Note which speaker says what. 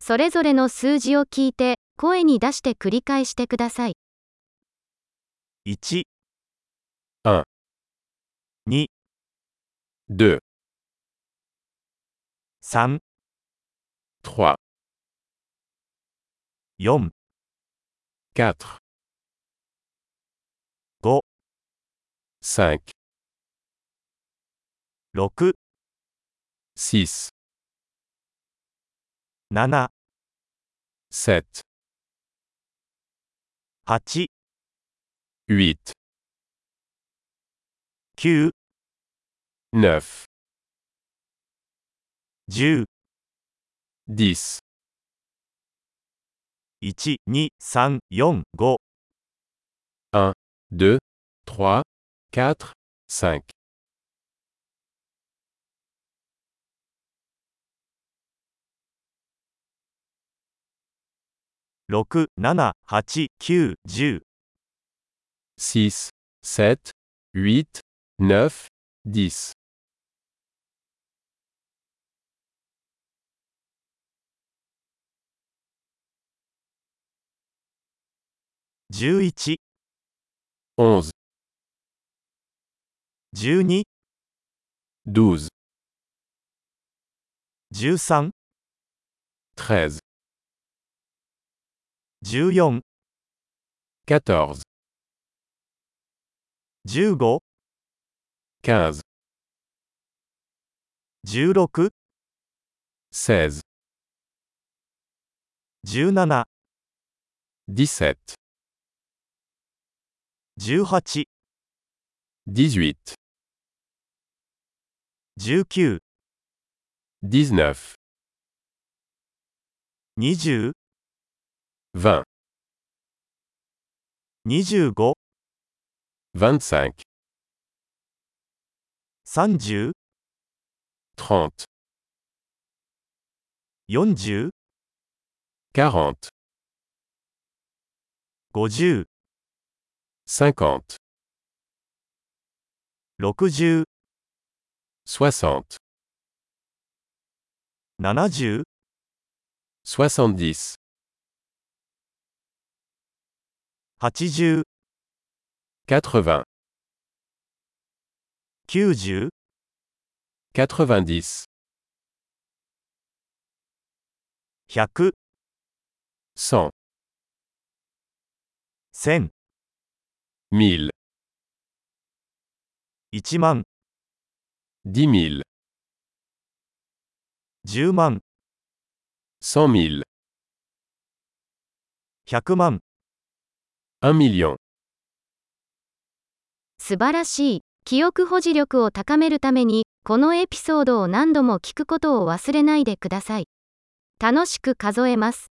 Speaker 1: それぞれの数字を聞いて、声に出して繰り返してください。
Speaker 2: 1、
Speaker 3: Un.
Speaker 2: 2、
Speaker 3: 2,
Speaker 2: 3、
Speaker 3: 3,
Speaker 2: 4、
Speaker 3: 4,
Speaker 2: 5、
Speaker 3: 5,
Speaker 2: 6、
Speaker 3: 6,
Speaker 2: 7、
Speaker 3: 7,
Speaker 2: 8、
Speaker 3: 8,
Speaker 2: 9、
Speaker 3: 9,
Speaker 2: 10、
Speaker 3: 10,
Speaker 2: 1、2、3、4、5、
Speaker 3: 2, 3, 4, 5.
Speaker 2: 6、7、8、9、10、
Speaker 3: 6, 7, 8, 9, 10,
Speaker 2: 11、
Speaker 3: 11,
Speaker 2: 12、
Speaker 3: 12,
Speaker 2: 13、
Speaker 3: 13,
Speaker 2: 14、
Speaker 3: 14,
Speaker 2: 15、
Speaker 3: 15,
Speaker 2: 16、
Speaker 3: 16,
Speaker 2: 17、
Speaker 3: 17,
Speaker 2: 18、
Speaker 3: 18,
Speaker 2: 19、
Speaker 3: 19,
Speaker 2: 20、
Speaker 3: 20,
Speaker 2: 25、
Speaker 3: 25,
Speaker 2: 30、
Speaker 3: 30,
Speaker 2: 40、
Speaker 3: 40,
Speaker 2: 50、
Speaker 3: 50,
Speaker 2: 60、
Speaker 3: 60,
Speaker 2: 70、
Speaker 3: 70,
Speaker 2: 80、
Speaker 3: 80,
Speaker 2: 90、
Speaker 3: 90,
Speaker 2: 100、
Speaker 3: 100,
Speaker 2: 1000、
Speaker 3: 1000,
Speaker 2: 1万、
Speaker 3: 10 000,
Speaker 2: 10万、
Speaker 3: 100 000,
Speaker 2: 100万、
Speaker 3: 1 million.
Speaker 1: 素晴らしい。記憶保持力を高めるために、このエピソードを何度も聞くことを忘れないでください。楽しく数えます。